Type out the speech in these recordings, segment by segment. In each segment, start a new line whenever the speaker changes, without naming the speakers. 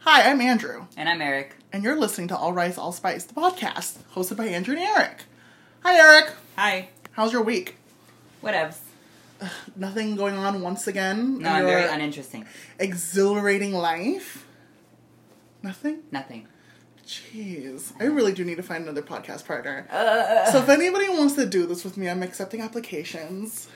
Hi, I'm Andrew,
And I'm Eric.
and you're listening to All Rice, All Spice, the podcast, hosted by Andrew and Eric. Hi, Eric.
Hi.
How's your week?
Whatevs.
Nothing going on once again?
No,
in
I'm
your
very uninteresting.
exhilarating life? Nothing?
Nothing.
Jeez. I really do need to find another podcast partner.
Uh.
so if anybody wants to do this with me, I'm accepting applications.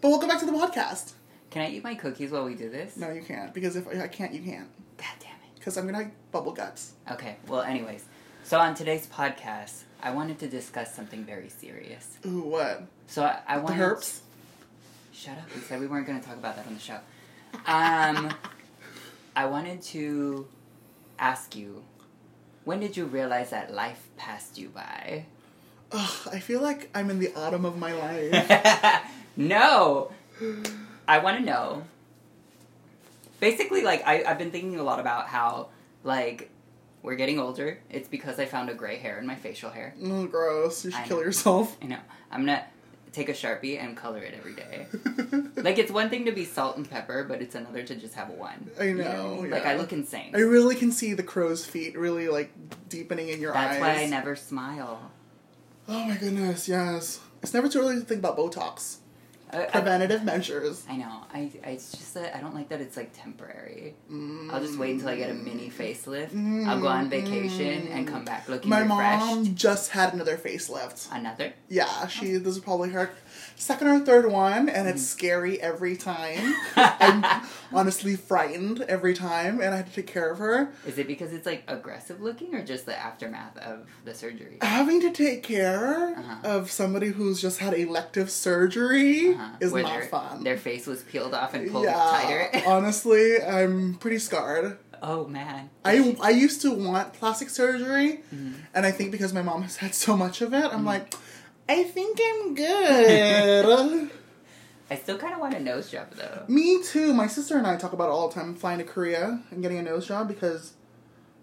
But we'll go back to the podcast.
Can I eat my cookies while we do this?
No, you can't, because if I can't, you can't.
God damn
Because I'm going to have bubble guts.
it. Okay, well, anyways. So on today's podcast, I wanted to discuss something very serious.
Ooh, what?
So I, I
The
wanted.
herps?
Shut up. We said we weren't going to talk about that on the show. Um, I wanted to ask you when did you realize that life passed you by?
Ugh, I feel like I'm in the autumn of my life.
no. I want to know. Basically, like, I, I've been thinking a lot about how, like, we're getting older. It's because I found a gray hair in my facial hair.
Mm, gross. You should
I
kill
know.
yourself.
I know. I'm gonna take a Sharpie and color it every day. like, it's one thing to be salt and pepper, but it's another to just have one.
I know.
You what I mean? Like, I
yeah.
look insane.
I really can see the crow's feet really like deepening in your
That's
eyes.
why I never smile.
Oh my goodness, yes. It's never too early to think about Botox.
I, I,
Preventative measures.
I know. I, I it's just that I don't like that it's like temporary. I'll just wait until I get a
Mm.
mini facelift. I'll go on vacation and come back looking
My
refreshed. Oh.
mom just had another facelift.
Another.
Yeah, she this is probably her second or third one, and it's
Mm-hmm.
scary every time. I'm honestly frightened every time, and I had to take care of her.
Is it because it's like aggressive looking or just the aftermath of the surgery?
Having to take care
Uh-huh.
of somebody who's just had elective surgery
Uh-huh.
is
Where
not
their,
fun.
Their face was peeled off and pulled
yeah,
tighter.
honestly, I'm pretty scarred.
oh man.
I, I used to want plastic surgery,
Mm-hmm.
and I think because my mom has had so much of it, I'm like, I think I'm good.
I still kind of want a nose job though.
Me too. My sister and I talk about it all the time flying to Korea and getting a nose job because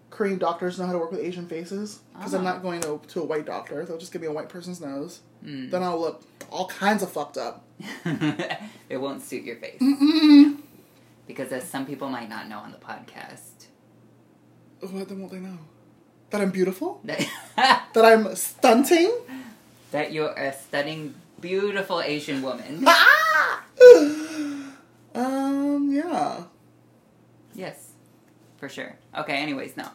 Korean doctors know how to work with Asian faces. Because I'm
Ah.
not going to, to a white doctor, they'll just give me a white person's nose.
Hmm.
Then I'll look all kinds of fucked up. Mm.
it won't suit your face Mm-hmm.
Mm-mm.
because as some people might not know on the podcast.
What then won't they know? That I'm beautiful?
That
That I'm stunting?
that you're a stunning, beautiful Asian woman.
Ah! um, yeah.
yes, for sure. Okay, anyways, no.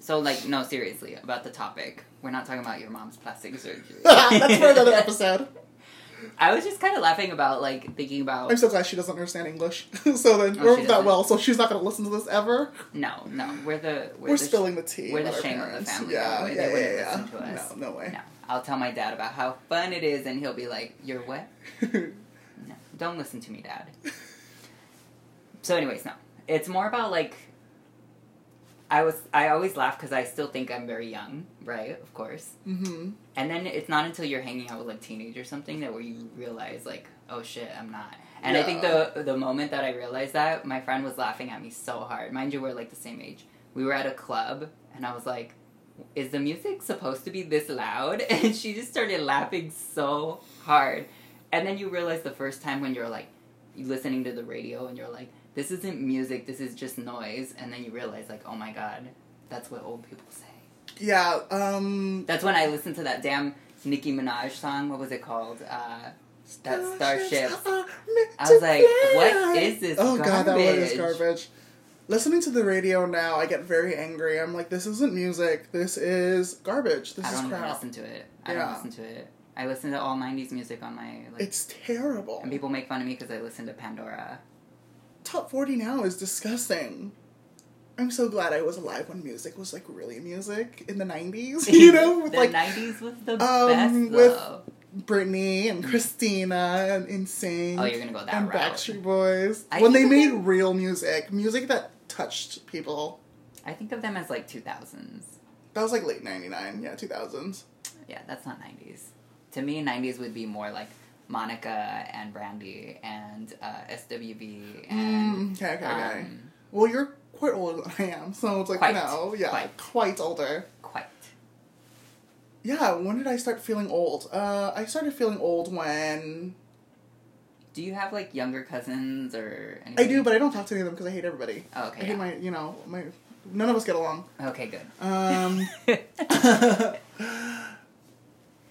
So, like, no, seriously, about the topic. We're not talking about your mom's plastic surgery.
That's for another episode.
I was just kind of laughing about, like, thinking about.
I'm so glad she doesn't understand English. so then,
Oh,
we're
she
that
doesn't.
well, so she's not going to listen to this ever.
No, no, we're the. We're,
We're,
the sh-
spilling the tea.
We're the
about our
shame of the
parents.
family.
Yeah,
They
yeah,
wouldn't
yeah,
listen
yeah.
to us.
No, no way.
No, I'll tell my dad about how fun it is, and he'll be like, "You're what? No, don't listen to me, dad." so, anyways, no, it's more about like. I was. I always laugh because I still think I'm very young, right? Of course.
hmm
And then it's not until you're hanging out with like teenagers or something that where you realize like, oh shit, I'm not. And I think
Yeah.
the the moment that I realized that, my friend was laughing at me so hard. Mind you, we're like the same age. We were at a club, and I was like, "Is the music supposed to be this loud?" And she just started laughing so hard. And then you realize the first time when you're like you listening to the radio and you're like, "This isn't music. This is just noise." And then you realize like, "Oh my god, that's what old people say."
Yeah. Um.
That's when I listened to that damn Nicki Minaj song. What was it called? Uh, that Starship. I was like, what is this
Oh god, that one is
garbage?
garbage. Listening to the radio now, I get very angry. I'm like, this isn't music. This is garbage. This
I
is
don't even
crap.
listen to it. I
Yeah.
don't listen to it. I listen to all '90s music on my like,
It's terrible.
and people make fun of me because I listen to Pandora.
Top 40 now is disgusting. I'm so glad I was alive when music was like really music in the 90s, you know, with
the
like
'90s was the
um,
best
with-
though.
Britney and Christina and Insane.
Oh, you're gonna go that
and
route.
Backstreet Boys.
I
when they
think
made
that-
real music, music that touched people.
I think of them as like 2000s.
That was like late '99, yeah, 2000s.
Yeah, that's not '90s. To me, '90s would be more like Monica and Brandy and uh, SWB and
Mm, okay, okay, okay.
um,
well, you're quite older than I am, so it's like
Quite,
no, yeah, quite.
quite.
older.
Quite.
Yeah, when did I start feeling old? Uh, I started feeling old when
Do you have like younger cousins or
I
anything?
do, but I don't talk to any of them because I hate everybody.
Mm-hmm. Oh,
I
okay.
hate
yeah.
my, you know, my. None of us get along.
Okay, good.
Um,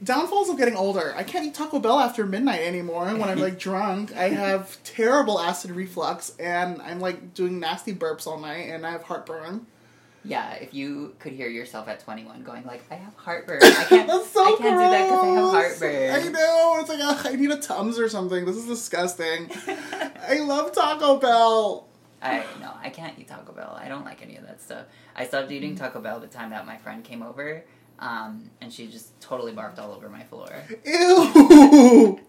downfalls of getting older. I can't eat Taco Bell after midnight anymore when I'm like drunk. I have terrible acid reflux and I'm like doing nasty burps all night and I have heartburn.
yeah, if you could hear yourself at 21 going like, I have heartburn. I can't,
That's so
I can't do that because I have
gross.
heartburn.
I know. It's like, ugh, I need a Tums or something. This is disgusting. I love Taco Bell.
I no, I can't eat Taco Bell. I don't like any of that stuff. I stopped
Mm.
eating Taco Bell the time that my friend came over, um, and she just totally barfed all over my floor.
Ew.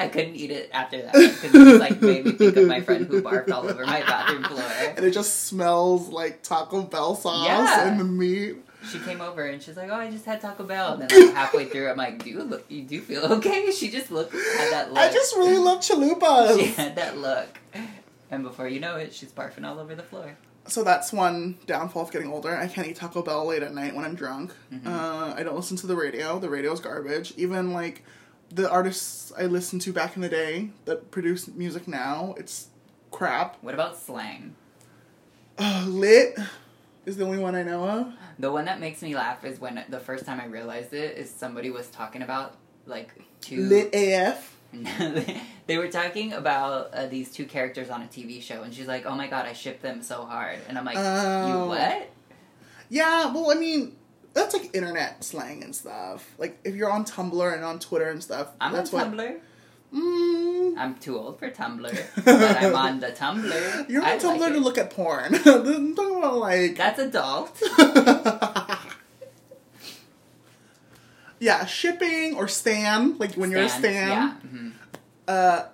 I couldn't eat it after that because it was like made me think of my friend who barfed all over my bathroom floor.
and it just smells like Taco Bell sauce
Yeah.
and the meat.
She came over and she's like, "Oh, I just had Taco Bell." And then like, halfway through, I'm like, "Do you look? You do feel okay?" She just looked had that look.
I just really love chalupas.
she had that look, and before you know it, she's barfing all over the floor.
So that's one downfall of getting older. I can't eat Taco Bell late at night when I'm drunk.
Mm-hmm.
Uh, I don't listen to the radio. The radio's garbage. Even like the artists I listened to back in the day that produce music now, it's crap.
What about slang?
Ugh, Lit is the only one I know of.
The one that makes me laugh is when the first time I realized it is somebody was talking about like two.
Lit AF.
they were talking about uh, these two characters on a TV show, and she's like, "Oh my god, I ship them so hard," and I'm like,
Oh.
"You what?"
Yeah, well, I mean, that's like internet slang and stuff. Like if you're on Tumblr and on Twitter and stuff,
I'm
that's what.
on Tumblr.
Mm,
I'm too old for Tumblr, but I'm on the Tumblr.
you're on
I like
Tumblr to
it.
look at porn. I'm talking about like.
That's adult.
yeah, shipping or stan, like when you're a
Stan,
stan,
Yeah. mhm.
uh,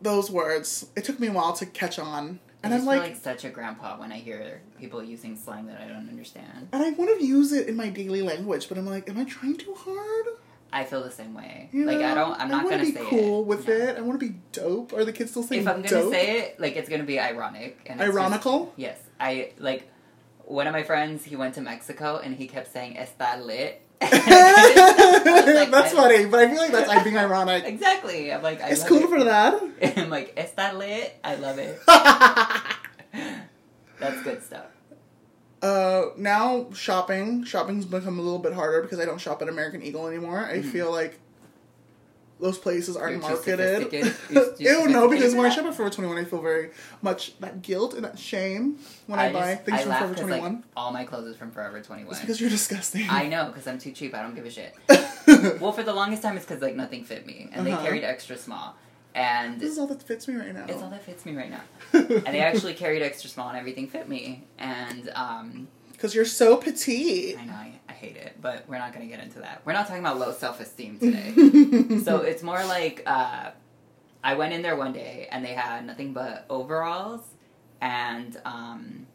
those words. It took me a while to catch on,
I
and
just
I'm
feel
like,
like such a grandpa when I hear people using slang that I don't understand.
and I want to use it in my daily language, but I'm like, am I trying too hard?
I feel the same way.
You
like I
know?
don't. I'm not
wanna
gonna
be
say
cool
it.
with
No.
it. I want to be dope. Are the kids still saying
if I'm gonna
dope?
say it, like it's gonna be ironic and it's just-
Ironical?
yes, I like one of my friends. He went to Mexico and he kept saying "está lit." I was like,
that's
"What?"
funny, but I feel like that's I'm being ironic.
Exactly. I'm like, I
It's
love
cool
it.
for that.
I'm like, "Está lit." I love it. That's good stuff.
Uh, now shopping shopping's become a little bit harder because I don't shop at American Eagle anymore. I feel like those places aren't
Mm-hmm. You're too
marketed.
sophisticated. You're too
Ew, no, because
sophisticated
when I
for
shop at Forever Twenty One, I feel very much that guilt and that shame when I, buy
just-
things
I
from
laugh
Forever
'cause,
Twenty One.
Like, all my clothes is from Forever Twenty One.
it's because you're disgusting.
I know, because I'm too cheap. I don't give a shit.
this
Well, for the longest time, it's because like nothing fit me, and
Uh-huh.
they carried extra small, and
is all that fits me right now.
It's all that fits me right now. And they actually carried extra small and everything fit me. And um,
because you're so petite.
I know I, I hate it, but we're not going to get into that. We're not talking about low self esteem today. so
so
it's more like uh, I went in there one day and they had nothing but overalls and um,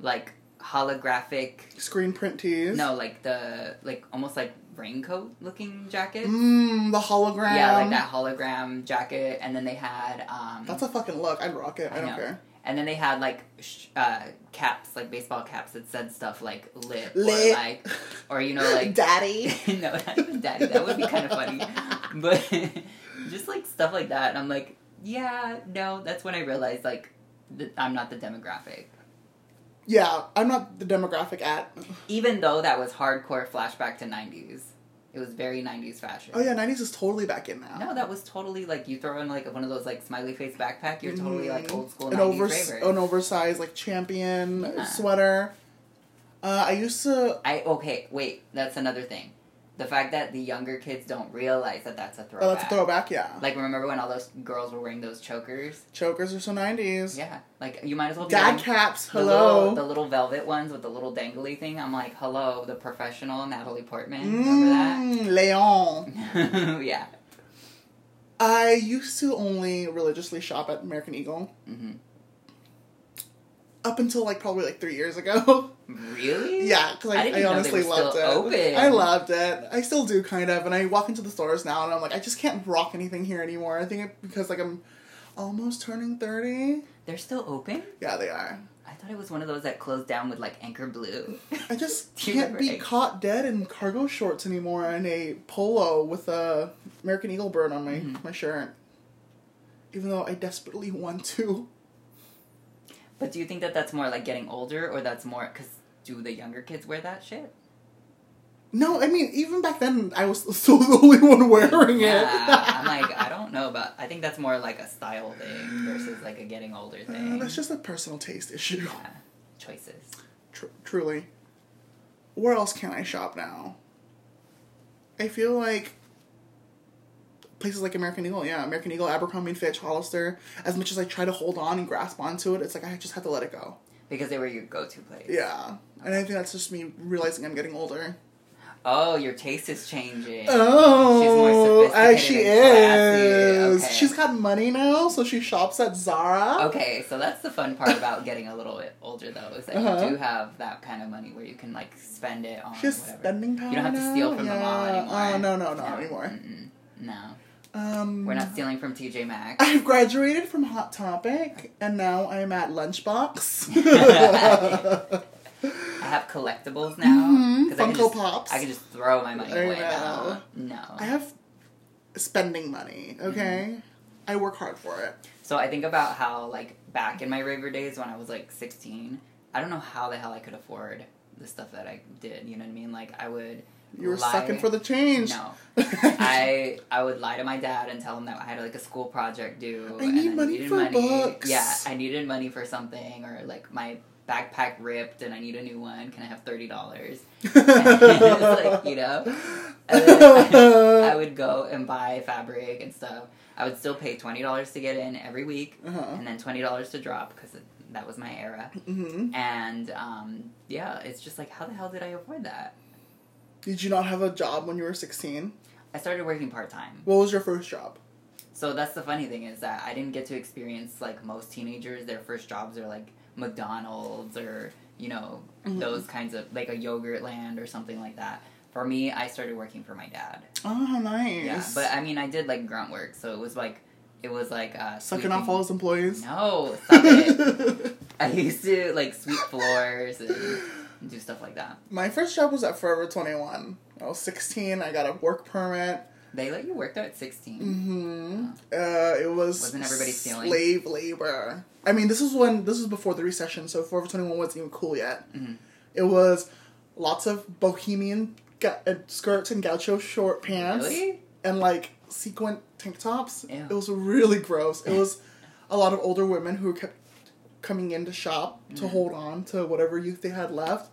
like holographic,
screen print tees.
no, like the, like almost like raincoat looking jacket.
Mmm, the hologram.
Yeah, like that hologram jacket. And then they had. Um,
That's a fucking look. I'd rock it. I,
I
don't
know.
care.
And then they had like sh- uh, caps, like baseball caps that said stuff like lit,
Lit.
or like, or you know, like
Daddy.
no, not even daddy. That would be kind of funny, but just like stuff like that. And I'm like, yeah, no. That's when I realized like th- I'm not the demographic.
Yeah, I'm not the demographic at.
Even though that was hardcore flashback to '90s, it was very '90s fashion.
Oh yeah, nineties is totally back in now.
No, that was totally like you throw in like one of those like smiley face backpack. You're totally like
Mhm.
old school
an
'90s
over
favorite.
an oversized like champion
Yeah.
sweater. Uh, I used to.
I okay, wait, that's another thing. The fact that the younger kids don't realize that that's a throwback.
Oh, that's a throwback. Yeah,
Like remember when all those girls were wearing those chokers?
chokers are so nineties.
Yeah, like you might as well be
Dad
wearing
caps.
the little,
Hello.
the little velvet ones with the little dangly thing. I'm like, hello, the professional Natalie Portman. Remember
Mm, Leon. Mm.
that? yeah.
I used to only religiously shop at American Eagle
hmm
up until like probably like three years ago.
Really?
yeah, because
I
I,
didn't
I,
even know they
honestly
were
loved it.
still open.
I loved it. I still do kind of, and I walk into the stores now and I'm like, I just can't rock anything here anymore. I think it, because like I'm almost turning thirty.
They're still open?
Yeah, they are.
I thought it was one of those that closed down with like anchor blue.
I just
Do you
can't be
remember Egg?
caught dead in cargo shorts
Mm-hmm.
anymore and a polo with a American Eagle bird on my, my shirt. even though I desperately want to.
But do you think that that's more like getting older, or that's more because do the younger kids wear that shit?
No, I mean, even back then, I was still the only one wearing
Yeah,
it.
I'm like I don't know about. I think that's more like a style thing versus like a getting older
Uh,
thing.
that's just a personal taste issue.
yeah, choices.
Tr- truly. Where else can I shop now? I feel like places like American Eagle, yeah, American Eagle, Abercrombie and Fitch, Hollister. As much as I try to hold on and grasp onto it, it's like I just have to let it go.
Because they were your go-to place.
Yeah, and I think that's just me realizing I'm getting older.
Oh, your taste is changing.
Oh,
She's more
I-
sophisticated
she
and
is.
classy. Okay.
She's got money now, so she shops at Zara.
Okay, so that's the fun part about getting a little bit older, though, is that
Uh-huh.
you do have that kind of money where you can like spend it on
She has
whatever.
spending power.
you don't have to
now.
steal from the mall
Yeah.
anymore.
Oh no, no, not anymore.
mm-mm. No,
Um,
we're not stealing from TJ Maxx.
I've graduated from Hot Topic and now I'm at Lunchbox.
I have collectibles now.
Mhm,
'cause I can
Funko
just-
Pops.
I can just throw my money
I
away.
know.
Now. No.
I have spending money, okay?
Mm-hmm.
I work hard for it.
So I think about how like back in my raver days when I was like 16, I don't know how the hell I could afford the stuff that I did. You know what I mean? Like I would.
You were
lie-
sucking for the change.
No, I I would lie to my dad and tell him that I had like a school project due.
I
and
need money
needed
for books.
Yeah, I needed money for something, or like my backpack ripped and I need a new one. Can I have thirty dollars? like you know, and then I would go and buy fabric and stuff. I would still pay twenty dollars to get in every week,
Uh-huh.
and then twenty dollars to drop because that was my era.
Mhm.
And um, yeah, it's just like how the hell did I afford that?
Did you not have a job when you were 16?
I started working part time.
What was your first job?
So that's the funny thing is that I didn't get to experience like most teenagers. Their first jobs are like McDonald's or you know those kinds of like a yogurt land or something like that. For me, I started working for my dad.
Oh, nice.
Ah, Yeah, but I mean, I did like grunt work, so it was like it was like uh,
Sucking
sweeping-
off all his employees.
No, stop it. I used to like sweep floors and do stuff like that.
My first job was at Forever 21. I was 16, I got a work permit.
They let you work there at 16
hmm Uh, it was
Wasn't everybody stealing?
slave labor. I mean, this is when this is before the recession, so Forever Twenty One wasn't even cool yet.
Mm-hmm.
It was lots of bohemian ga- uh, skirts and gaucho short pants,
Really?
and like sequin tank tops.
Ew.
It was really gross. It was a lot of older women who kept coming in to shop to hold on to whatever youth they had left.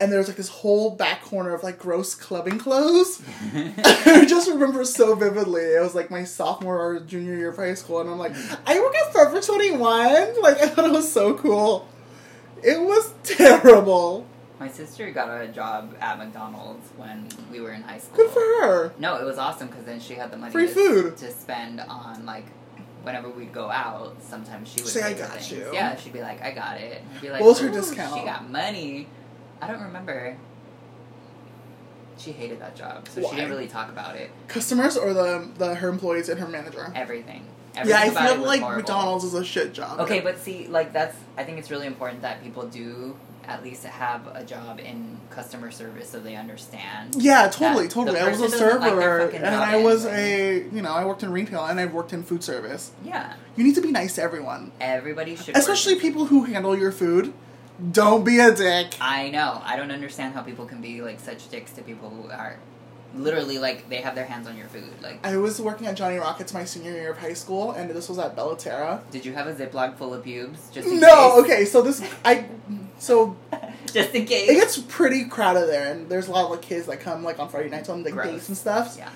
And there was like this whole back corner of like gross clubbing clothes. I just remember so vividly. It was like my sophomore or junior year of high school, and I'm like, I work at Forever 21. Like, I thought it was so cool. It was terrible.
My sister got a job at McDonald's when we were in high school.
Good for her.
No, it was awesome because then she had the money
Free
to,
food.
to spend on like whenever we'd go out. Sometimes she would
Say,
pay
"I
for
got
things."
you.
Yeah, she'd be like, "I got it." And I'd be like,
What was her
"Ooh,
discount?"
She got money. I don't remember. She hated that job, so
Why?
she didn't really talk about it.
Customers or the, the her employees and her manager?
Everything.
yeah,
Everything
I
about it
feel
was
like
horrible.
McDonald's is a shit job.
Okay, but see, like that's. I think it's really important that people do at least have a job in customer service so they understand.
Yeah, totally,
that
totally.
the
I was a
person doesn't like their
server,
fucking
and
job
I was a
anyway.
you know I worked in retail, and I've worked in food service.
Yeah,
You need to be nice to everyone,
everybody should. work
especially people who handle your food. Don't be a dick.
I know. I don't understand how people can be like such dicks to people who are literally like they have their hands on your food. Like,
I was working at Johnny Rockets my senior year of high school, and this was at Bellaterra.
did you have a Ziploc full of pubes just in
No,
case?
okay, so this I so
just in case.
it gets pretty crowded there, and there's a lot of like kids that come like on Friday nights on like
Gross.
dates and stuff.
yeah.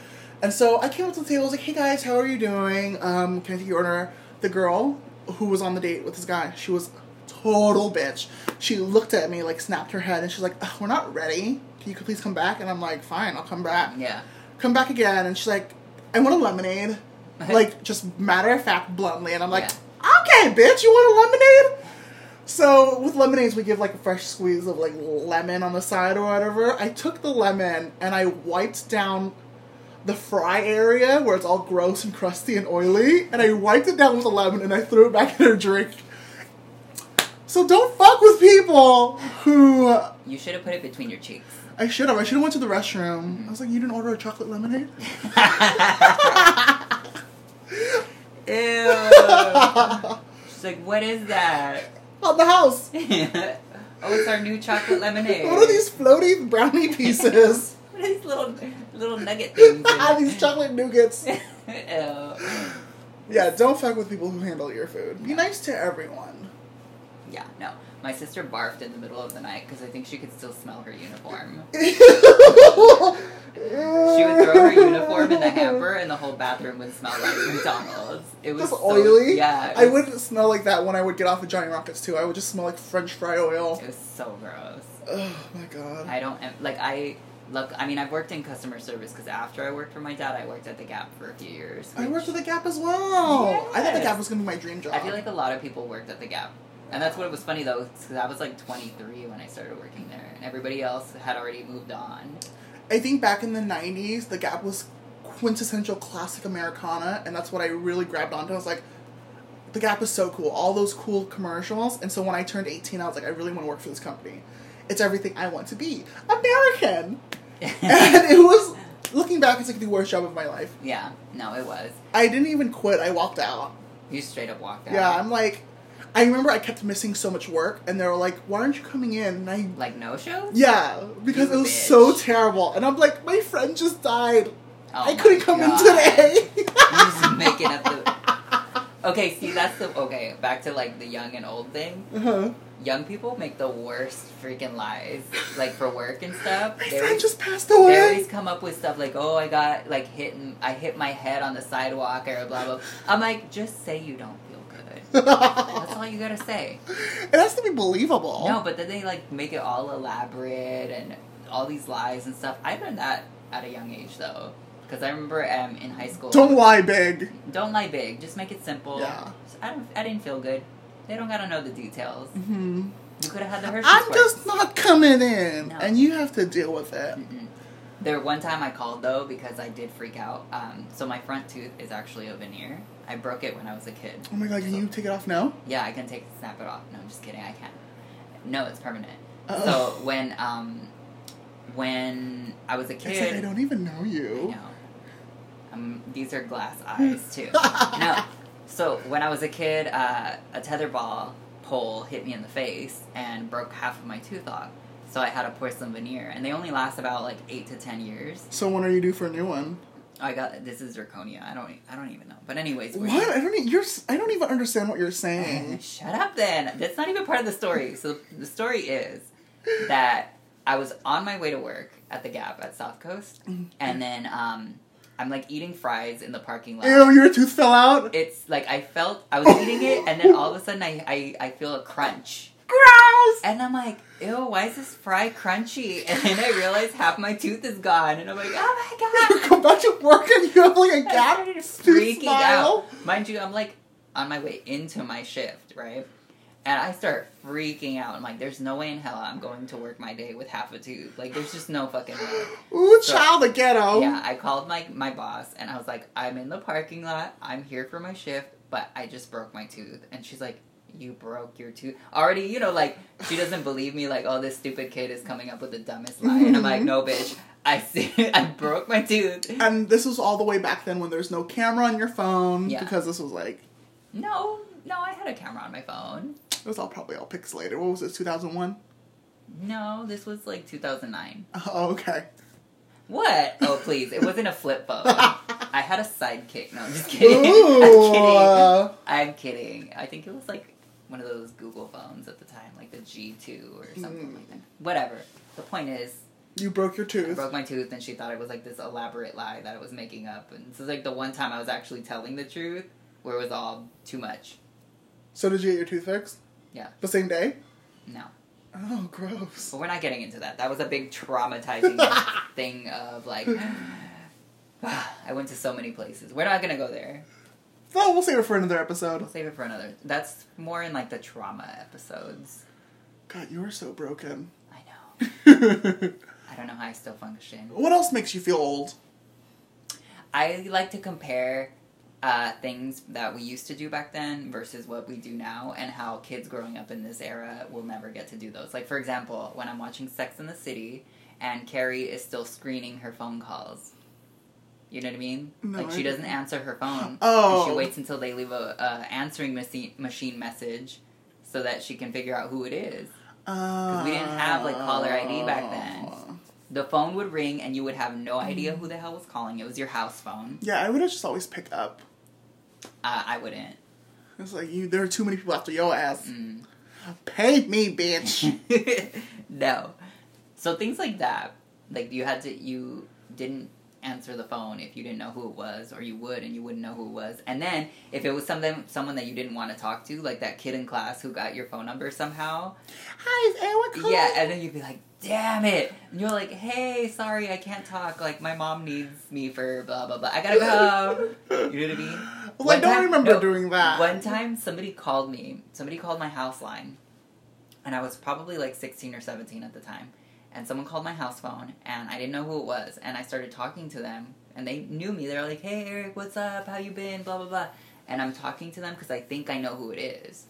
And so I came up to the table, I was like, hey guys, how are you doing? Um, can I take your order? The girl who was on the date with this guy, she was total bitch. She looked at me, like snapped her head, and she's like, Ugh, we're not ready. Can you please come back? And I'm like, fine, I'll come back.
Yeah.
Come back again. And she's like, I want a lemonade. like, just matter of fact, bluntly. And I'm like, okay, bitch, you want a lemonade? So with lemonades, we give like a fresh squeeze of like lemon on the side or whatever. I took the lemon and I wiped down the fry area where it's all gross and crusty and oily, and I wiped it down with a lemon and I threw it back in her drink. So don't fuck with people who uh,
You should have put it between your cheeks.
I should have. I should have went to the restroom. I was like, you didn't order a chocolate lemonade.
ew. She's like, what is that?
On the house.
oh, it's our new chocolate lemonade.
What are these floaty brownie pieces? Ah,
What are these little little nugget things?
these chocolate nougats.
Ew.
Yeah, don't fuck with people who handle your food. Be nice to everyone.
Yeah, no. My sister barfed in the middle of the night because I think she could still smell her uniform.
she would
She would throw her uniform in the hamper, and the whole bathroom would smell like McDonald's. It was
Just
so-
oily.
Yeah, it
I
was-
wouldn't smell like that when I would get off of Johnny Rockets too. I would just smell like French fry oil.
It was so gross.
Oh my god.
I don't like. I look. I mean, I've worked in customer service because after I worked for my dad, I worked at the Gap for a few years.
I
which-
worked at the Gap as well. I thought the
Yes.
Gap was gonna be my dream job.
I feel like a lot of people worked at the Gap, and that's what was funny though, because I was like 23 when I started working there, and everybody else had already moved on.
I think back in the '90s, the Gap was quintessential classic Americana, and that's what I really grabbed onto. I was like, the Gap is so cool, all those cool commercials. And so when I turned 18, I was like, I really want to work for this company. It's everything I want to be, American. and it was looking back, it's like the worst job of my life.
yeah, no, it was.
I didn't even quit. I walked out.
You straight up walked out.
Yeah, I'm like, I remember I kept missing so much work, and they were like, "Why aren't you coming in?" And I
like no shows.
yeah, because
You
it was
bitch.
so terrible. And I'm like, my friend just died.
Oh
I
my
couldn't come
God.
in today.
You're just making up the. Okay, see that's the okay. Back to like the young and old thing.
uh-huh.
Young people make the worst freaking lies, like for work and stuff.
My
They
friend
always-
just passed
They
away.
always come up with stuff like, "Oh, I got like hit, and I hit my head on the sidewalk," or blah blah. I'm like, just say you don't feel good. That's all you gotta say.
it has to be believable.
No, but then they like make it all elaborate and all these lies and stuff. I learned that at a young age though, because I remember um, in high school.
Don't lie big.
Don't lie big. Just make it simple.
Yeah.
I don't. I didn't feel good. They don't gotta know the details.
Mhm.
You could have had the Hershey's.
I'm
bar.
just not coming in,
Mm-hmm. No.
and you have to deal with it.
Mm-mm. There one time I called though because I did freak out. Um, so my front tooth is actually a veneer. I broke it when I was a kid.
Oh my god, can you take it off now?
Yeah, I can take snap it off. No, I'm just kidding. I can't. No, it's permanent.
Uh-oh.
So when um, when I was a kid,
It's like I don't even know
I
you.
know. Um, these are glass eyes too. no. So when I was a kid, uh, a tetherball pole hit me in the face and broke half of my tooth off. So I had a porcelain veneer, and they only last about like eight to ten years.
So when are you due for a new one?
I got this is zirconia. I don't e, I don't even know. But anyways, we're-
What? I don't. e- You're. s- I don't even understand what you're saying.
Shut up then. That's not even part of the story. So the story is that I was on my way to work at the Gap at South Coast and then um I'm like eating fries in the parking lot.
Ew, your tooth fell out.
It's like I felt I was eating it and then all of a sudden I I, I feel a crunch.
Gross.
And I'm like, ew, why is this fry crunchy? And then I realize half my tooth is gone and I'm like, oh my god.
you come back to work and you have like a
I
gap
started
tooth
freaking
smile.
out. Mind you, I'm like on my way into my shift, right? And I start freaking out. I'm like, there's no way in hell I'm going to work my day with half a tooth. Like, there's just no fucking way.
Ooh,
So-
child of ghetto.
Yeah, I called my, my boss and I was like, I'm in the parking lot. I'm here for my shift, but I just broke my tooth. And she's like, You broke your tooth? Already, you know, like, she doesn't believe me. Like, oh, this stupid kid is coming up with the dumbest lie. And I'm like, No, bitch. I see. I broke my tooth.
And this was all the way back then when there's no camera on your phone
Yeah.
because this was like
No, no, I had a camera on my phone.
it was all probably all pixelated. What was this? Two thousand one.
No, this was like 2009.
Oh, okay.
What? Oh, please. It wasn't a flip phone. I had a sidekick. No, I'm just kidding.
Ooh.
I'm kidding. I'm kidding. I think it was like one of those Google phones at the time, like the G2 or something
Mm.
like that. Whatever. The point is,
You broke your
I
tooth.
broke my tooth and she thought it was like this elaborate lie that I was making up. And this is like the one time I was actually telling the truth where it was all too much.
so did you get your tooth fixed?
Yeah.
The same day?
No.
Oh, gross.
But we're not getting into that. That was a big traumatizing thing of like, I went to so many places. We're not gonna go there.
Well, we'll save it for another episode.
We'll save it for another. That's more in like the trauma episodes.
God, you are so broken.
I know.
what
I don't know how I still function.
else makes you feel old?
I like to compare uh, things that we used to do back then versus what we do now, and how kids growing up in this era will never get to do those. Like for example, when I'm watching Sex in the City, and Carrie is still screening her phone calls. You know what I mean?
No,
like
I
she doesn't
didn't.
answer her phone.
Oh.
And she waits until they leave a, a answering machine machine message, so that she can figure out who it is.
Because
we didn't have, like, caller ID back
Uh,
then. The phone would ring, and you would have no idea
Mm.
who the hell was calling. It was your house phone.
Yeah, I would have just always picked up.
Uh, I wouldn't.
It's like you. There are too many people after your ass.
Mm.
Pay me, bitch.
no. So things like that, like you had to, you didn't answer the phone if you didn't know who it was, or you would and you wouldn't know who it was. And then if it was something, someone that you didn't want to talk to, like that kid in class who got your phone number somehow,
Hi, is anyone calling?
yeah, and then you'd be like, damn it. And you're like, hey, sorry, I can't talk. Like, my mom needs me for blah, blah, blah. I gotta go. You know what I mean?
Well, I
um, One
don't
time-
remember
no,
doing that.
One time, somebody called me. Somebody called my house line, and I was probably like sixteen or seventeen at the time. And someone called my house phone, and I didn't know who it was. And I started talking to them, and they knew me. They're like, "Hey, Eric, what's up? How you been? Blah blah blah." And I'm talking to them because I think I know who it is.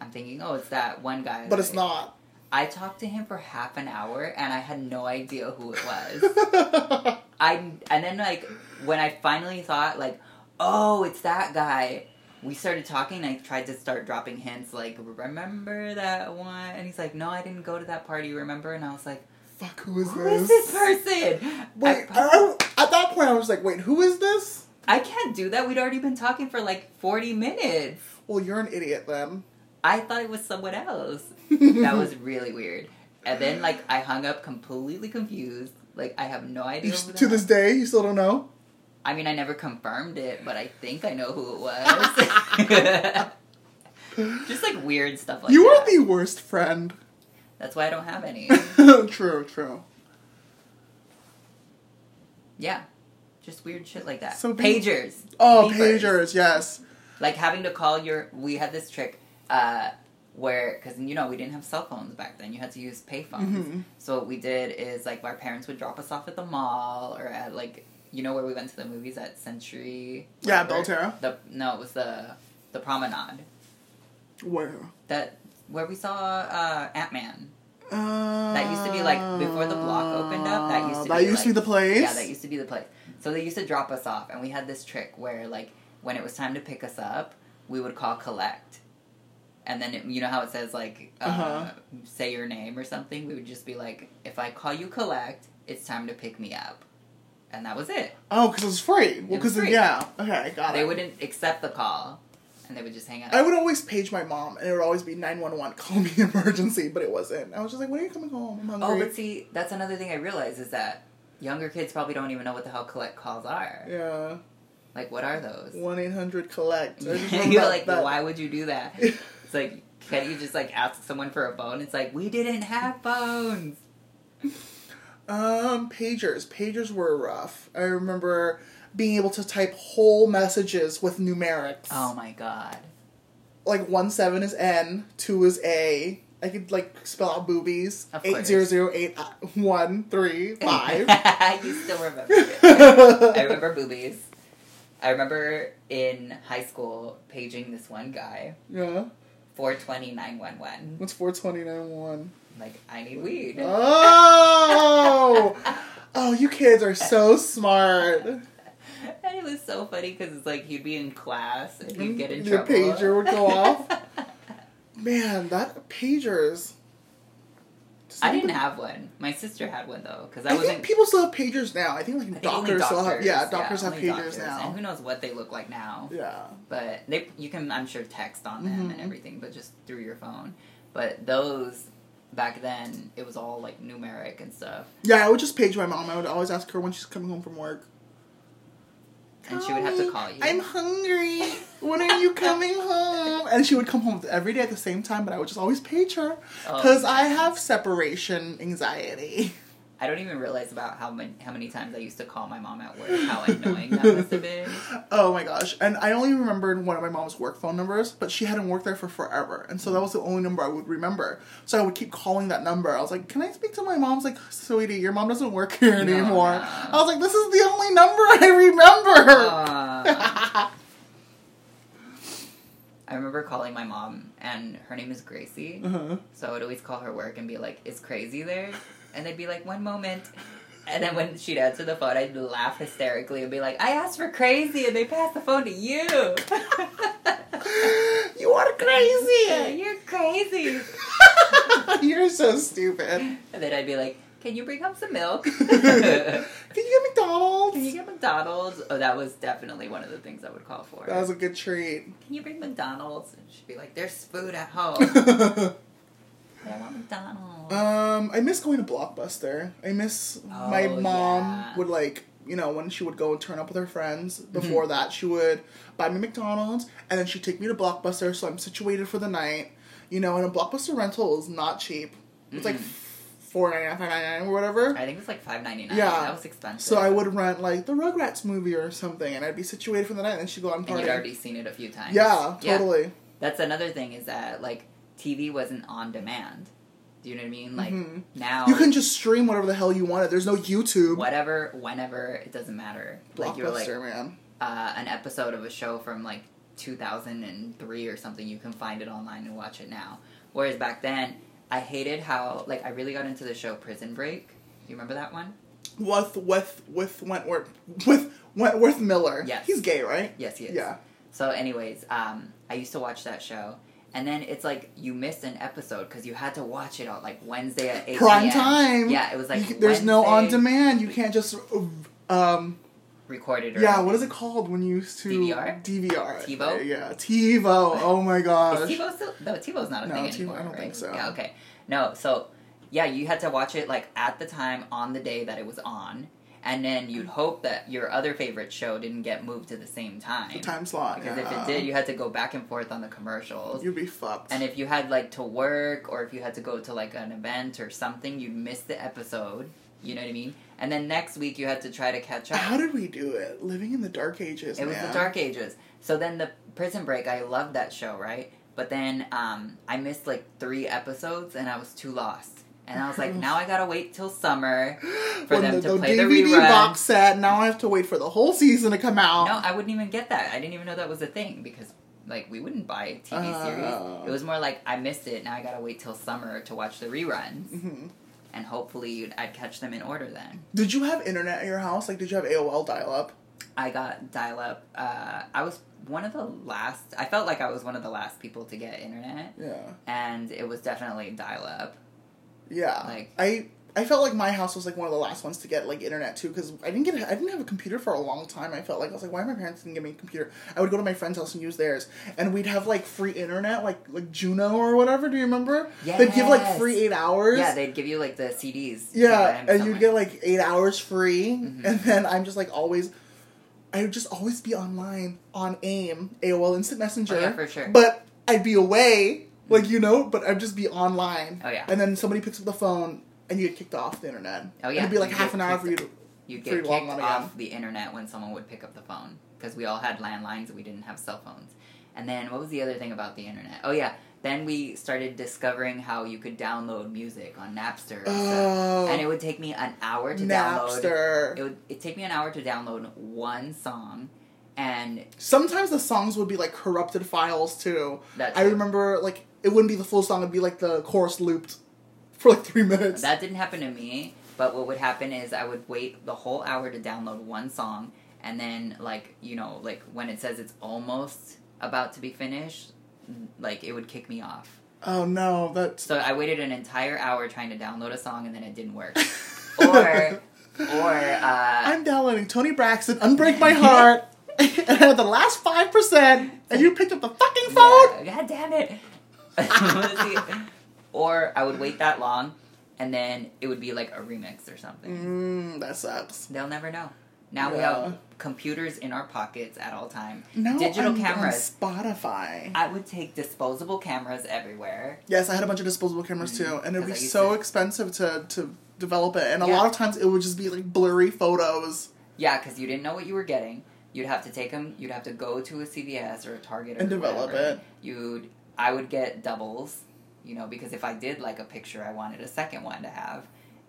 I'm thinking, "Oh, it's that one guy."
but it's
that-
not.
I talked to him for half an hour, and I had no idea who it was.
That's
I and then like when I finally thought like, oh, it's that guy. We started talking. I tried to start dropping hints like, remember that one? And he's like, no, I didn't go to that party. Remember? And I was like,
Fuck. Who is
who
this?
is this person?
Wait. I,
I,
I- at that point, I was like, wait, who is this?
I can't do that. We'd already been talking for like forty minutes.
Well, you're an idiot then.
I thought it was someone else. That was really weird. And then like I hung up completely confused. Like I have no
You
idea.
s-
who
to
that-
this day, you still don't know.
I mean, I never confirmed it, but I think I know who it was. Just like weird stuff like
you
that.
are the worst friend.
That's why I don't have any.
true, true.
yeah. Just weird shit like that.
So be-
pagers.
Oh,
Beepers.
pagers, yes.
Like having to call your. We had this trick uh, where, because you know, we didn't have cell phones back then. You had to use pay phones.
Mhm.
So what we did is like our parents would drop us off at the mall or at like, you know, where we went to the movies at Century.
Yeah,
whatever.
Belterra.
The No, it was the the promenade.
Where?
that where we saw uh, Ant Man.
Uh,
That used to be like before the block opened up. That used to
that
be,
used to be
like-
the place.
Yeah, that used to be the place. So they used to drop us off, and we had this trick where like when it was time to pick us up, we would call collect, and then it, you know how it says like uh,
Uh-huh.
say your name or something. We would just be like, if I call you collect, it's time to pick me up, and that was it.
oh, because it was free. Well,
It was
because
free.
yeah, okay, got
They
it.
wouldn't accept the call, and they would just hang Oh, up.
I would always page my mom, and it would always be nine one one. Call me emergency, but it wasn't. I was just like, when are you coming home? I'm
Oh,
hungry.
but see, that's another thing I realize is that younger kids probably don't even know what the hell collect calls are.
yeah,
Like, what are those?
one eight hundred collect. I just
You're
remember
like,
that.
why would you do that? It's like, can't you just like ask someone for a phone? It's like, we didn't have phones.
Um, pagers. Pagers were rough. I remember being able to type whole messages with numerics.
Oh my god.
like one seven is N, two is A. I could like spell out boobies.
Of
Eight
course.
zero zero eight uh, one three five.
you still remember it. I
I
remember boobies. I remember in high school paging this one guy,
Yeah,
420 911.
what's four twenty nine one?
Like, I need weed.
Oh, oh, you kids are so smart.
And it was so funny because it's like he'd be in class and he'd get in
Your
trouble.
pager would go off? Man, that pagers. Just
I
like
didn't
the-
have one. My sister had one though because I,
I
wasn't.
think people still have pagers now. I think like
I think only
doctors, still have. Yeah, doctors have
only
pagers
doctors. And
now.
who knows what they look like now?
Yeah.
But they, you can, I'm sure, text on them
Mhm.
and everything, but just through your phone. But those back then, it was all like numeric and stuff,
Yeah, I would just page my mom. I would always ask her when she's coming home from work.
and she would have
Hi,
to call you.
I'm hungry. When are you coming home? And she would come home every day at the same time, but I would just always page her
Oh,
because I have separation anxiety.
I don't even realize about how many how many times I used to call my mom at work. How annoying that must have been.
Oh my gosh! And I only remembered one of my mom's work phone numbers, but she hadn't worked there for forever, and so that was the only number I would remember. So I would keep calling that number. I was like, "Can I speak to my mom's?" Like, sweetie, your mom doesn't work here
No,
anymore.
no.
I was like, "This is the only number I remember."
Uh, I remember calling my mom, and her name is Gracie.
Uh-huh.
So I would always call her work and be like, "Is crazy there?" And they'd be like, "One moment," And then when she'd answer the phone, I'd laugh hysterically and be like, I asked for crazy and they passed the phone to you.
You are crazy.
You're crazy.
You're so stupid.
And then I'd be like, Can you bring home some milk?
Can
Can
you get McDonald's?
you get McDonald's? Oh, that was definitely one of the things I would call for.
That was a good treat.
Can you bring McDonald's? And she'd be like, There's food at home. Oh.
um,
but I want McDonald's.
I miss going to Blockbuster. I miss my
Oh,
mom
yeah. Mm-hmm.
would like you know when she would go and turn up with her friends. Before that, she would buy me McDonald's and then she'd take me to Blockbuster, so I'm situated for the night. You know, and a Blockbuster rental is not cheap. It's like four ninety nine, five ninety nine, or whatever.
I think it was like five ninety nine.
Yeah.
That was expensive.
So I would rent like the Rugrats movie or something, and I'd be situated for the night, and then she'd go out and
And
party.
you'd already seen it a few times.
yeah, totally.
That's another thing is that like TV wasn't on demand. Do you know what I mean? Like
Mhm.
now
You can just stream whatever the hell you wanted. There's no YouTube.
whatever, whenever, it doesn't matter. Like you're like
Blockbuster, man.
uh, an episode of a show from like 2003 or something, you can find it online and watch it now. Whereas back then, I hated how like I really got into the show Prison Break. You remember that one?
With with with Wentworth with Wentworth Miller.
Yes.
he's gay, right?
Yes, yes.
Yeah.
So, anyways, um, I used to watch that show, and then it's like you missed an episode because you had to watch it on like Wednesday at eight.
Prime
PM.
time.
Yeah, it was like
You- there's no on
Wednesday
demand. You can't just um
recorded. Or
yeah. What is it called when you used to
DVR?
DVR.
TiVo?
Yeah, TiVo. Oh my gosh.
Is TiVo still? No, TiVo's not a
No,
thing
TiVo
anymore.
I don't
right?
think so.
Yeah, okay. No, so yeah, you had to watch it like at the time on the day that it was on, and then you'd hope that your other favorite show didn't get moved to the same time.
The time slot.
because
yeah.
if it did, you had to go back and forth on the commercials.
you'd be fucked.
And if you had like to work or if you had to go to like an event or something, you'd miss the episode. You know what I mean? And then next week you had to try to catch up.
How did we do it? Living in the dark ages.
it was
man.
the dark ages. So then the prison break, I loved that show, right? But then um, I missed like three episodes and I was too lost. And I was like, now I gotta wait till summer for
When
them
the,
to
the
play the
DVD
rerun.
box set. Now I have to wait for the whole season to come out.
No, I wouldn't even get that. I didn't even know that was a thing because like we wouldn't buy a TV
Oh.
series. It was more like I missed it. Now I gotta wait till summer to watch the reruns,
Mhm.
and hopefully you'd, I'd catch them in order. Then
Did you have internet at your house? Like, did you have AOL dial up?
I got dial up. Uh, I was one of the last. I felt like I was one of the last people to get internet,
Yeah.
and it was definitely dial up.
Yeah.
Like-
I I felt like my house was like one of the last ones to get like internet too because I didn't get I didn't have a computer for a long time. I felt like I was like, why my parents didn't give me a computer? I would go to my friend's house and use theirs, and we'd have like free internet, like like Juno or whatever. Do you remember? They'd give like
Yes.
free eight hours.
Yeah, they'd give you like the CDs. to buy
Yeah,
'em
and
somewhere.
you'd get like eight hours free,
Mm-hmm.
and then I'm just like always. I would just always be online on AIM, AOL Instant Messenger.
Oh, yeah, for sure.
But I'd be away, like you know, but I'd just be online.
Oh, yeah.
And then somebody picks up the phone, and you get kicked off the internet.
Oh, yeah,
It'd be like
you
half
get
an hour
kicked
for you to.
You'd
free
get
log
kicked
on again.
off the internet when someone would pick up the phone because we all had landlines. We didn't have cell phones. And then what was the other thing about the internet? Oh yeah, then we started discovering how you could download music on Napster. and stuff.
Oh.
and it would take me an hour to download.
Napster.
It would it take me an hour to download one song, and
Sometimes the songs would be like corrupted files too.
That's
I
it.
remember like it wouldn't be the full song; it'd be like the chorus looped for like three minutes.
That didn't happen to me, but what would happen is I would wait the whole hour to download one song, and then like you know like when it says it's almost about to be finished, like it would kick me off.
oh no, that's
So I waited an entire hour trying to download a song, and then it didn't work. or or uh,
I'm downloading Tony Braxton, Unbreak My Heart, and I had the last 5%, and you picked up the fucking phone?
yeah, God damn it! Let's see. Or I would wait that long, and then it would be like a remix or something.
Mm, that sucks.
They'll never know. Now we
Yeah.
have computers in our pockets at all time.
No,
Digital
I'm on
cameras.
Spotify.
I would take disposable cameras everywhere.
yes, I had a bunch of disposable cameras too, and it'd be
'Cause Mm, I used
so
to-
expensive to, to develop it, and a
Yeah.
lot of times it would just be like blurry photos.
Yeah, because you didn't know what you were getting. You'd have to take them. You'd have to go to a CVS or a Target or
And develop
whatever.
it.
You'd. I would get doubles, you know, because if I did like a picture, I wanted a second one to have,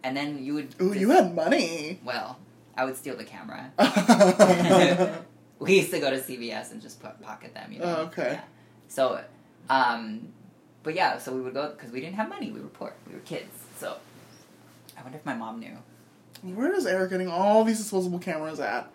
and then you would.
Ooh,
just-
you had money.
Well, I would steal the camera.
oh,
we used to go to CVS and just put pocket them. You know.
Oh, okay.
Yeah. So, um, but yeah, so we would go because we didn't have money. We were poor. We were kids. So, I wonder if my mom knew.
Where is Eric getting all these disposable cameras at?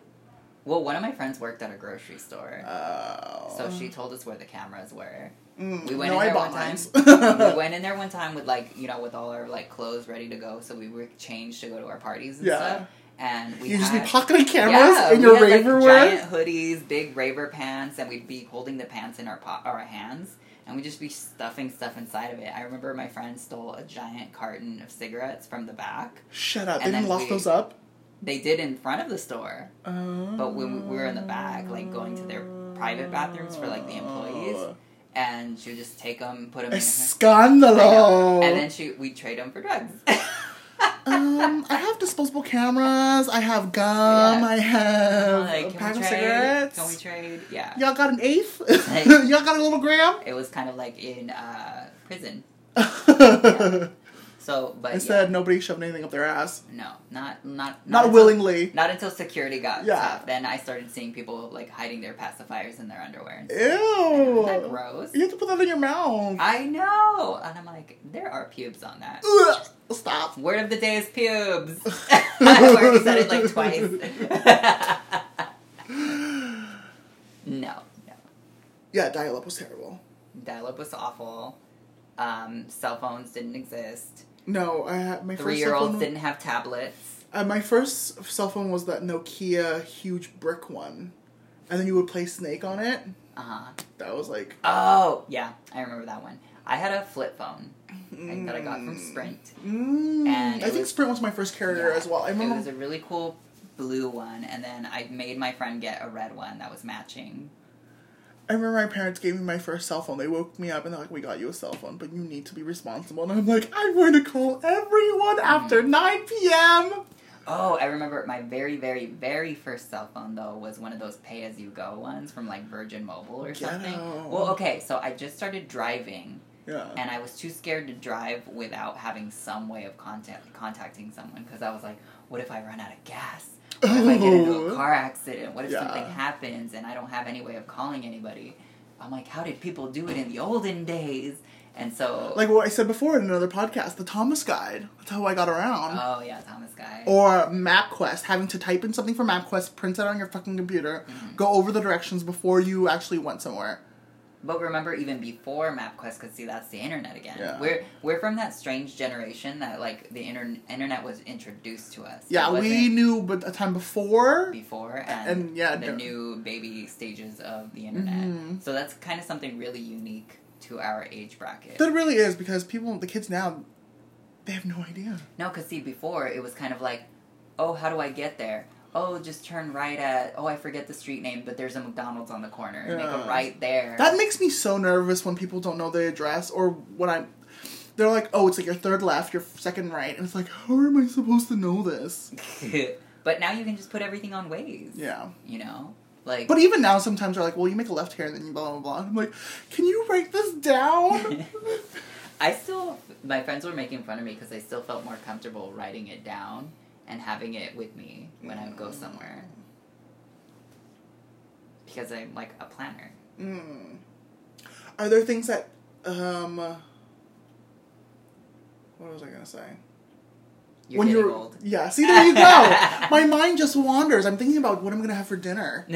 Well, one of my friends worked at a grocery store,
Uh,
so she told us where the cameras were.
mm,
we went
no,
in
I
there
bought
one time.
mines.
we went in there one time with like you know with all our like clothes ready to go, so we were changed to go to our parties and
Yeah.
stuff. And we
you just be
had,
pocketing cameras
Yeah,
in
we
your
had, like,
raver wear.
giant hoodies, big raver pants, and we'd be holding the pants in our po- our hands, and we'd just be stuffing stuff inside of it. I remember my friend stole a giant carton of cigarettes from the back.
Shut up! They
And
didn't
then
lock
we-
those up.
They did in front of the store,
But
but when we we were in the back, like going to their private bathrooms for like the employees,
Oh.
and she would just take them, put them in. her- I know.
Escandalo.
And then she, we trade them for drugs.
um, I have disposable cameras. I have gum.
Yeah.
I have
like,
Um, a
can
pack
we
of
trade?
cigarettes.
Can we trade? Yeah.
Y'all got an eighth?
Like-
Y'all got a little gram?
It was kind of like in uh, prison.
Instead,
So, but
nobody shoved anything up their ass.
yeah. no, not not
Not
until-
willingly.
Not until security got
Yeah.
tough. Then I started seeing people like hiding their pacifiers in their underwear. And
Ew.
Isn't that gross?
You have to put that in your mouth.
I know, and I'm like, there are pubes on that.
Ugh. Stop.
Word of the day is pubes. I already said it like twice. no, no.
Yeah, dial up was terrible.
Dial up was awful. Um, cell phones didn't exist.
No, I had my
Three
first
year
cell phone.
olds
was-
didn't have tablets.
uh, my first cell phone was that Nokia huge brick one, and then you would play Snake on it.
Uh huh.
That was like
Oh, yeah, I remember that one. I had a flip phone I- that I got from Sprint.
Mm,
And
I
it
think
was-
Sprint was my first carrier
Yeah.
as well. I
It was
remember.
a really cool blue one, and then I made my friend get a red one that was matching.
I remember my parents gave me my first cell phone. They woke me up and they're like, "We got you a cell phone, but you need to be responsible." And I'm like, "I'm going to call
Mm.
everyone after 9 p.m."
Oh, I remember my very, very, very first cell phone though was one of those pay as you go ones from like Virgin Mobile or something.
Ghetto.
Well, okay, so I just started driving
Yeah.
and I was too scared to drive without having some way of contact contacting someone because I was like, what if I run out of gas? What if I get into a
Ooh.
car accident? What if
Yeah.
something happens and I don't have any way of calling anybody? I'm like, how did people do it in the olden days? And so,
Like what I said before in another podcast, the Thomas Guide. That's how I got around.
oh yeah, Thomas Guy.
or MapQuest, having to type in something for MapQuest, print it on your fucking computer,
Mm-hmm.
go over the directions before you actually went somewhere.
But remember, even before MapQuest, because see, that's the internet again.
Yeah.
We're we're from that strange generation that like the inter- internet was introduced to us. It
Yeah,
wasn't
we knew, but a time before,
before and,
and yeah,
the
no.
new baby stages of the internet.
Mhm.
So that's kind of something really unique to our age bracket.
that really is because people, the kids now, they have no idea.
No, because see, before it was kind of like, oh, how do I get there? Oh, just turn right at. Oh, I forget the street name, but there's a McDonald's on the corner. Make
Yeah.
a right there.
That makes me so nervous when people don't know the address or when I'm. They're like, oh, it's like your third left, your second right, and it's like, how am I supposed to know this?
but now you can just put everything on Waze.
Yeah.
You know, like.
But even now, sometimes they're like, well, you make a left here and then you blah, blah, blah. I'm like, can you write this down?
I still, my friends were making fun of me because I still felt more comfortable writing it down and having it with me when I
Mm.
go somewhere. Because I'm like a planner.
Mm. Are there things that um what was I gonna say?
You're getting old.
Yeah, see there you go. My mind just wanders. I'm thinking about what I'm gonna have for dinner.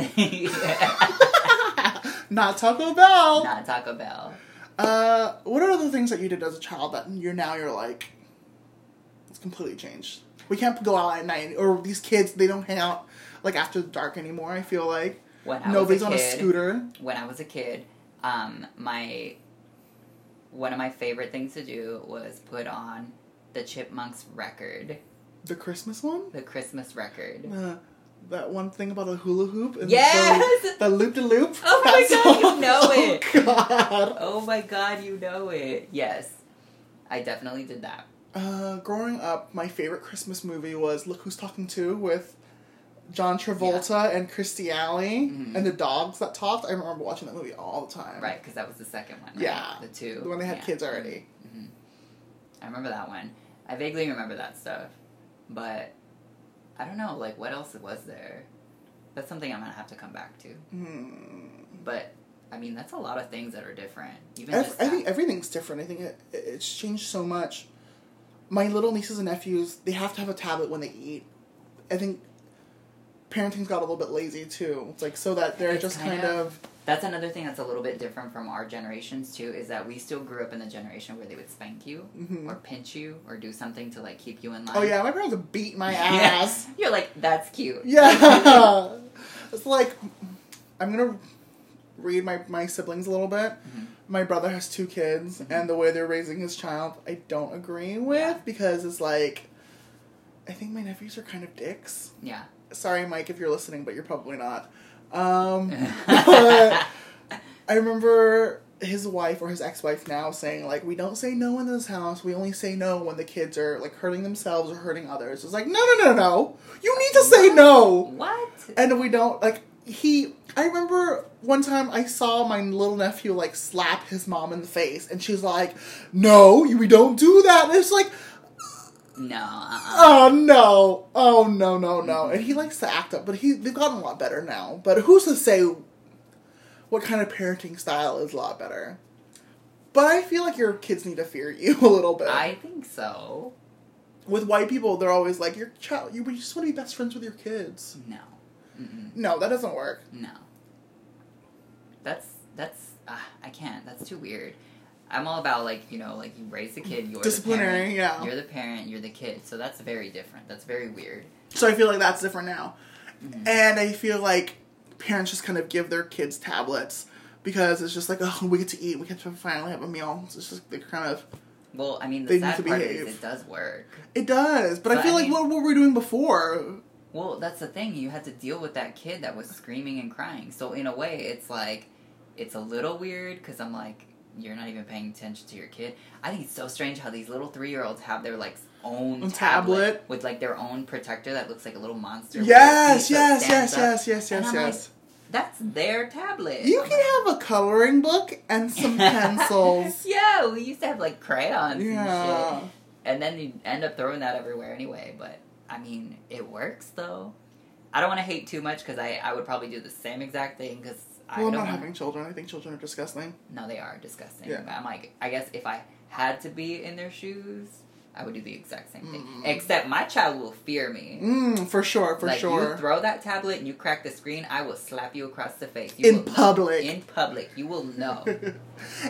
Not Taco Bell.
Not Taco Bell.
Uh what are other things that you did as a child that you're now you're like it's completely changed. We can't go out at night or these kids they don't hang out like after dark anymore, I feel like.
When I
Nobody's
was
on a
kid-
scooter.
When I was a kid, um, my one of my favorite things to do was put on the Chipmunks record,
The Christmas one?
the Christmas record.
Uh, that one thing about a hula hoop and
Yes!
the loop de loop.
Oh my God, you know it.
Oh god.
Oh my god, you know it. Yes. I definitely did that.
Uh, growing up, my favorite Christmas movie was Look Who's Talking To with John Travolta and Christy Alley
Mhm.
and the dogs that talked. I remember watching that movie all the time.
Right, because that was the second one. Right?
Yeah.
The two.
The one they had
Yeah.
kids already.
I remember that one. I vaguely remember that stuff. But I don't know, like, what else was there? That's something I'm going to have to come back to.
Hmm.
But, I mean, that's a lot of things that are different. Even
Ev-
just
I
that.
think everything's different. I think it, it's changed so much. My little nieces and nephews, they have to have a tablet when they eat. I think parenting's got a little bit lazy too. It's like so that they're
It's
just
kind
kind of
That's another thing that's a little bit different from our generations too, is that we still grew up in the generation where they would spank you
Mhm.
or pinch you or do something to like keep you in line.
oh yeah, my parents would beat my
Yeah.
ass.
You're like, that's cute.
Yeah. it's like I'm gonna read my, my siblings a little bit.
Mhm.
My brother has two kids and the way they're raising his child I don't agree with
Mm-hmm. Yeah.
because it's like I think my nephews are kind of dicks.
Yeah.
Sorry Mike if you're listening, but you're probably not. Um but I remember his wife or his ex-wife now saying like we don't say no in this house we only say no when the kids are like hurting themselves or hurting others it's like no no no no you need to say no
What?
and we don't like he i remember one time i saw my little nephew like slap his mom in the face and she's like no you- we don't do that and it's like
No. Uh-uh.
oh no oh no no no
Mm-hmm.
and he likes to act up but he they've gotten a lot better now but who's to say what kind of parenting style is a lot better but i feel like your kids need to fear you a little bit
I think so.
with white people they're always like your child you we just want to be best friends with your kids
No. Mm-mm.
no that doesn't work
No. That's that's uh, I can't. That's too weird. I'm all about like you know like you raise the kid. You're The parent,
disciplinary yeah
You're the parent. You're the kid. So that's very different. That's very weird.
So I feel like that's different now.
Mm-hmm.
And I feel like parents just kind of give their kids tablets because it's just like, oh, we get to eat, we get to finally have a meal. It's just they kind of
Well, I mean,
They
the
need to
sad part is
behave.
it does work.
it does. But, I
But
feel
I
like
mean-
what, what were we doing before?
Well, that's the thing. You had to deal with that kid that was screaming and crying. So in a way, it's like it's a little weird because I'm like, you're not even paying attention to your kid. I think it's so strange how these little three year olds have their like own
A
tablet,
tablet.
with like their own protector that looks like a little monster. with
Yes,
his feet that
yes, yes,
stands up.
yes, yes,
And
yes,
I'm eh.
yes.
That's their tablet.
You can have a coloring book and some pencils.
yeah, we used to have like crayons and
Yeah.
shit. And then you end up throwing that everywhere anyway. But I mean, it works though. I don't want to hate too much because I, I would probably do the same exact thing because I
Well, I'm
don't
not
wanna-
having children. I think children are disgusting.
No, they are disgusting.
Yeah.
But I'm like, I guess if I had to be in their shoes, I would do the exact same thing.
Mm.
Except my child will fear me.
Mm, for sure, for
like,
sure.
You throw that tablet and you crack the screen, I will slap you across the face. You
In
will know.
public.
In public, you will know.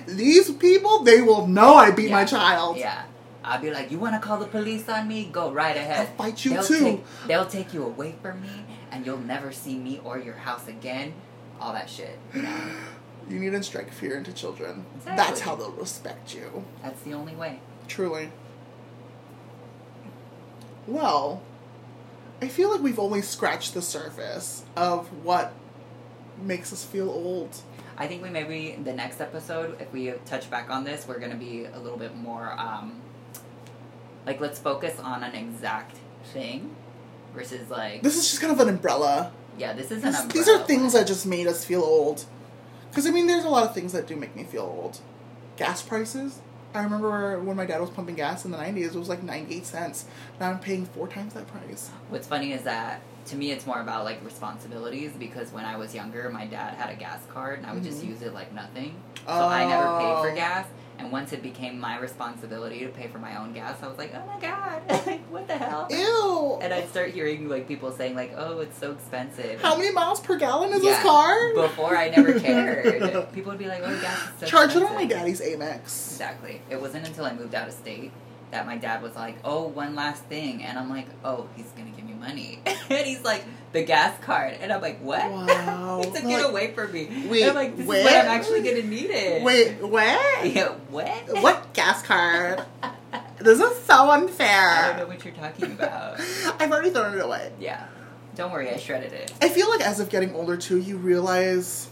These people, they will know I beat my
Yeah.
child.
Yeah. I'll be like, you want to call the police on me? Go right ahead.
I'll fight you
they'll
too.
Take, they'll take you away from me, and you'll never see me or your house again. All that shit. You know?
You need to strike fear into children.
Exactly.
That's how they'll respect you.
That's the only way.
Truly. Well, I feel like we've only scratched the surface of what makes us feel old.
I think we maybe the next episode, if we touch back on this, we're gonna be a little bit more um, like let's focus on an exact thing versus like
This is just kind of an umbrella.
yeah, this is an
This-
umbrella.
These are things that just made us feel old. Because, I mean, there's a lot of things that do make me feel old. Gas prices. I remember when my dad was pumping gas in the 90s, it was like 98 cents. Now I'm paying four times that price.
What's funny is that to me it's more about like responsibilities because when I was younger, my dad had a gas card and I would just
Mhm.
use it like nothing. So I never paid
Um, Oh.
for gas. And once it became my responsibility to pay for my own gas, I was like, oh my god, like what the hell?
Ew!
And I'd start hearing like people saying like, oh, it's so expensive.
How many miles per gallon is this
Yeah.
car?
Before I never cared. people would be like, oh, gas is so
Charge it on
expensive.
my daddy's Amex.
Exactly. It wasn't until I moved out of state that my dad was like, "Oh, one last thing," and I'm like, "Oh, he's gonna give me money," and he's like, "The gas card," and I'm like, "What?"
Wow.
he
Like,
took it away from me.
wait,
and I'm like, "This is
what?
when I'm actually gonna need it."
Wait, what?
Yeah, what?
what gas card? This is so
I don't know
unfair.
what you're talking about.
I've already thrown it away.
yeah. Don't worry, I shredded it.
I feel like as of getting older too, you realize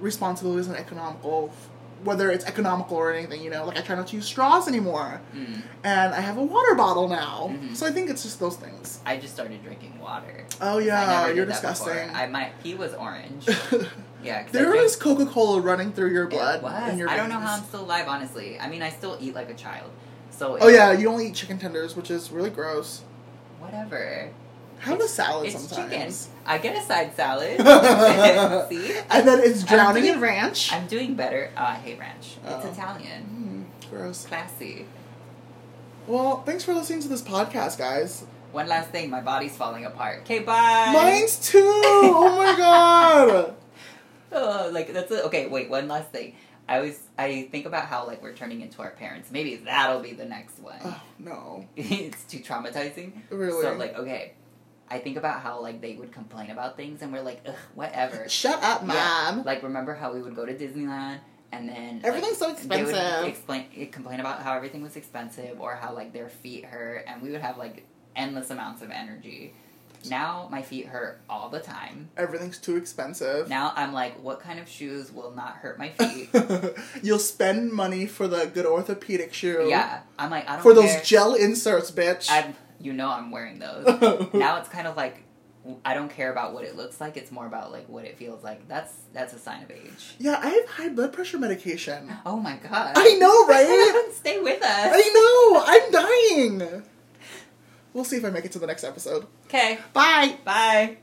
responsibilities and economical, whether it's economical or anything. You know, like I try not to use straws anymore,
Mm.
and I have a water bottle now.
Mhm.
So I think it's just those things.
I just started drinking water.
Oh
I
yeah,
never did
you're
that before.
disgusting.
I might. He was orange. Yeah, 'cause I
there
drink-
is Coca Cola running through your blood.
It was.
and your
I don't know
veins.
how I'm still alive, honestly. I mean, I still eat like a child. So
Oh yeah, you only eat chicken tenders, which is really gross.
whatever.
Have a salad
it's
sometimes.
chicken. I get a side salad. See,
And then it's drowning
doing-
in ranch.
I'm doing better. Uh, I hate ranch.
Oh.
It's Italian.
Mm, gross.
Classy.
Well, thanks for listening to this podcast, guys.
One last thing, my body's falling apart. Okay, bye.
Mine's too. Oh my god.
Oh, like that's a, okay. Wait, one last thing. I always I think about how like we're turning into our parents. Maybe that'll be the next one.
Oh no.
it's too traumatizing.
Really.
So like okay, I think about how like they would complain about things, and we're like, ugh, whatever.
Shut up, mom.
Yeah, Like remember how we would go to Disneyland and then like,
Everything's so
they would
expensive.
explain complain about how everything was expensive or how like their feet hurt, and we would have like endless amounts of energy. Now my feet hurt all the time.
Everything's too expensive.
Now I'm like, what kind of shoes will not hurt my feet?
You'll spend money for the good orthopedic shoe.
yeah, I'm like, I don't
For those
care.
gel inserts, bitch.
I'm, you know, I'm wearing those. now it's kind of like, I don't care about what it looks like. It's more about like what it feels like. That's that's a sign of age.
yeah, I have high blood pressure medication.
Oh my god!
I know, right?
Stay with us.
I know. I'm dying. We'll see if I make it to the next episode.
Okay.
Bye.
Bye.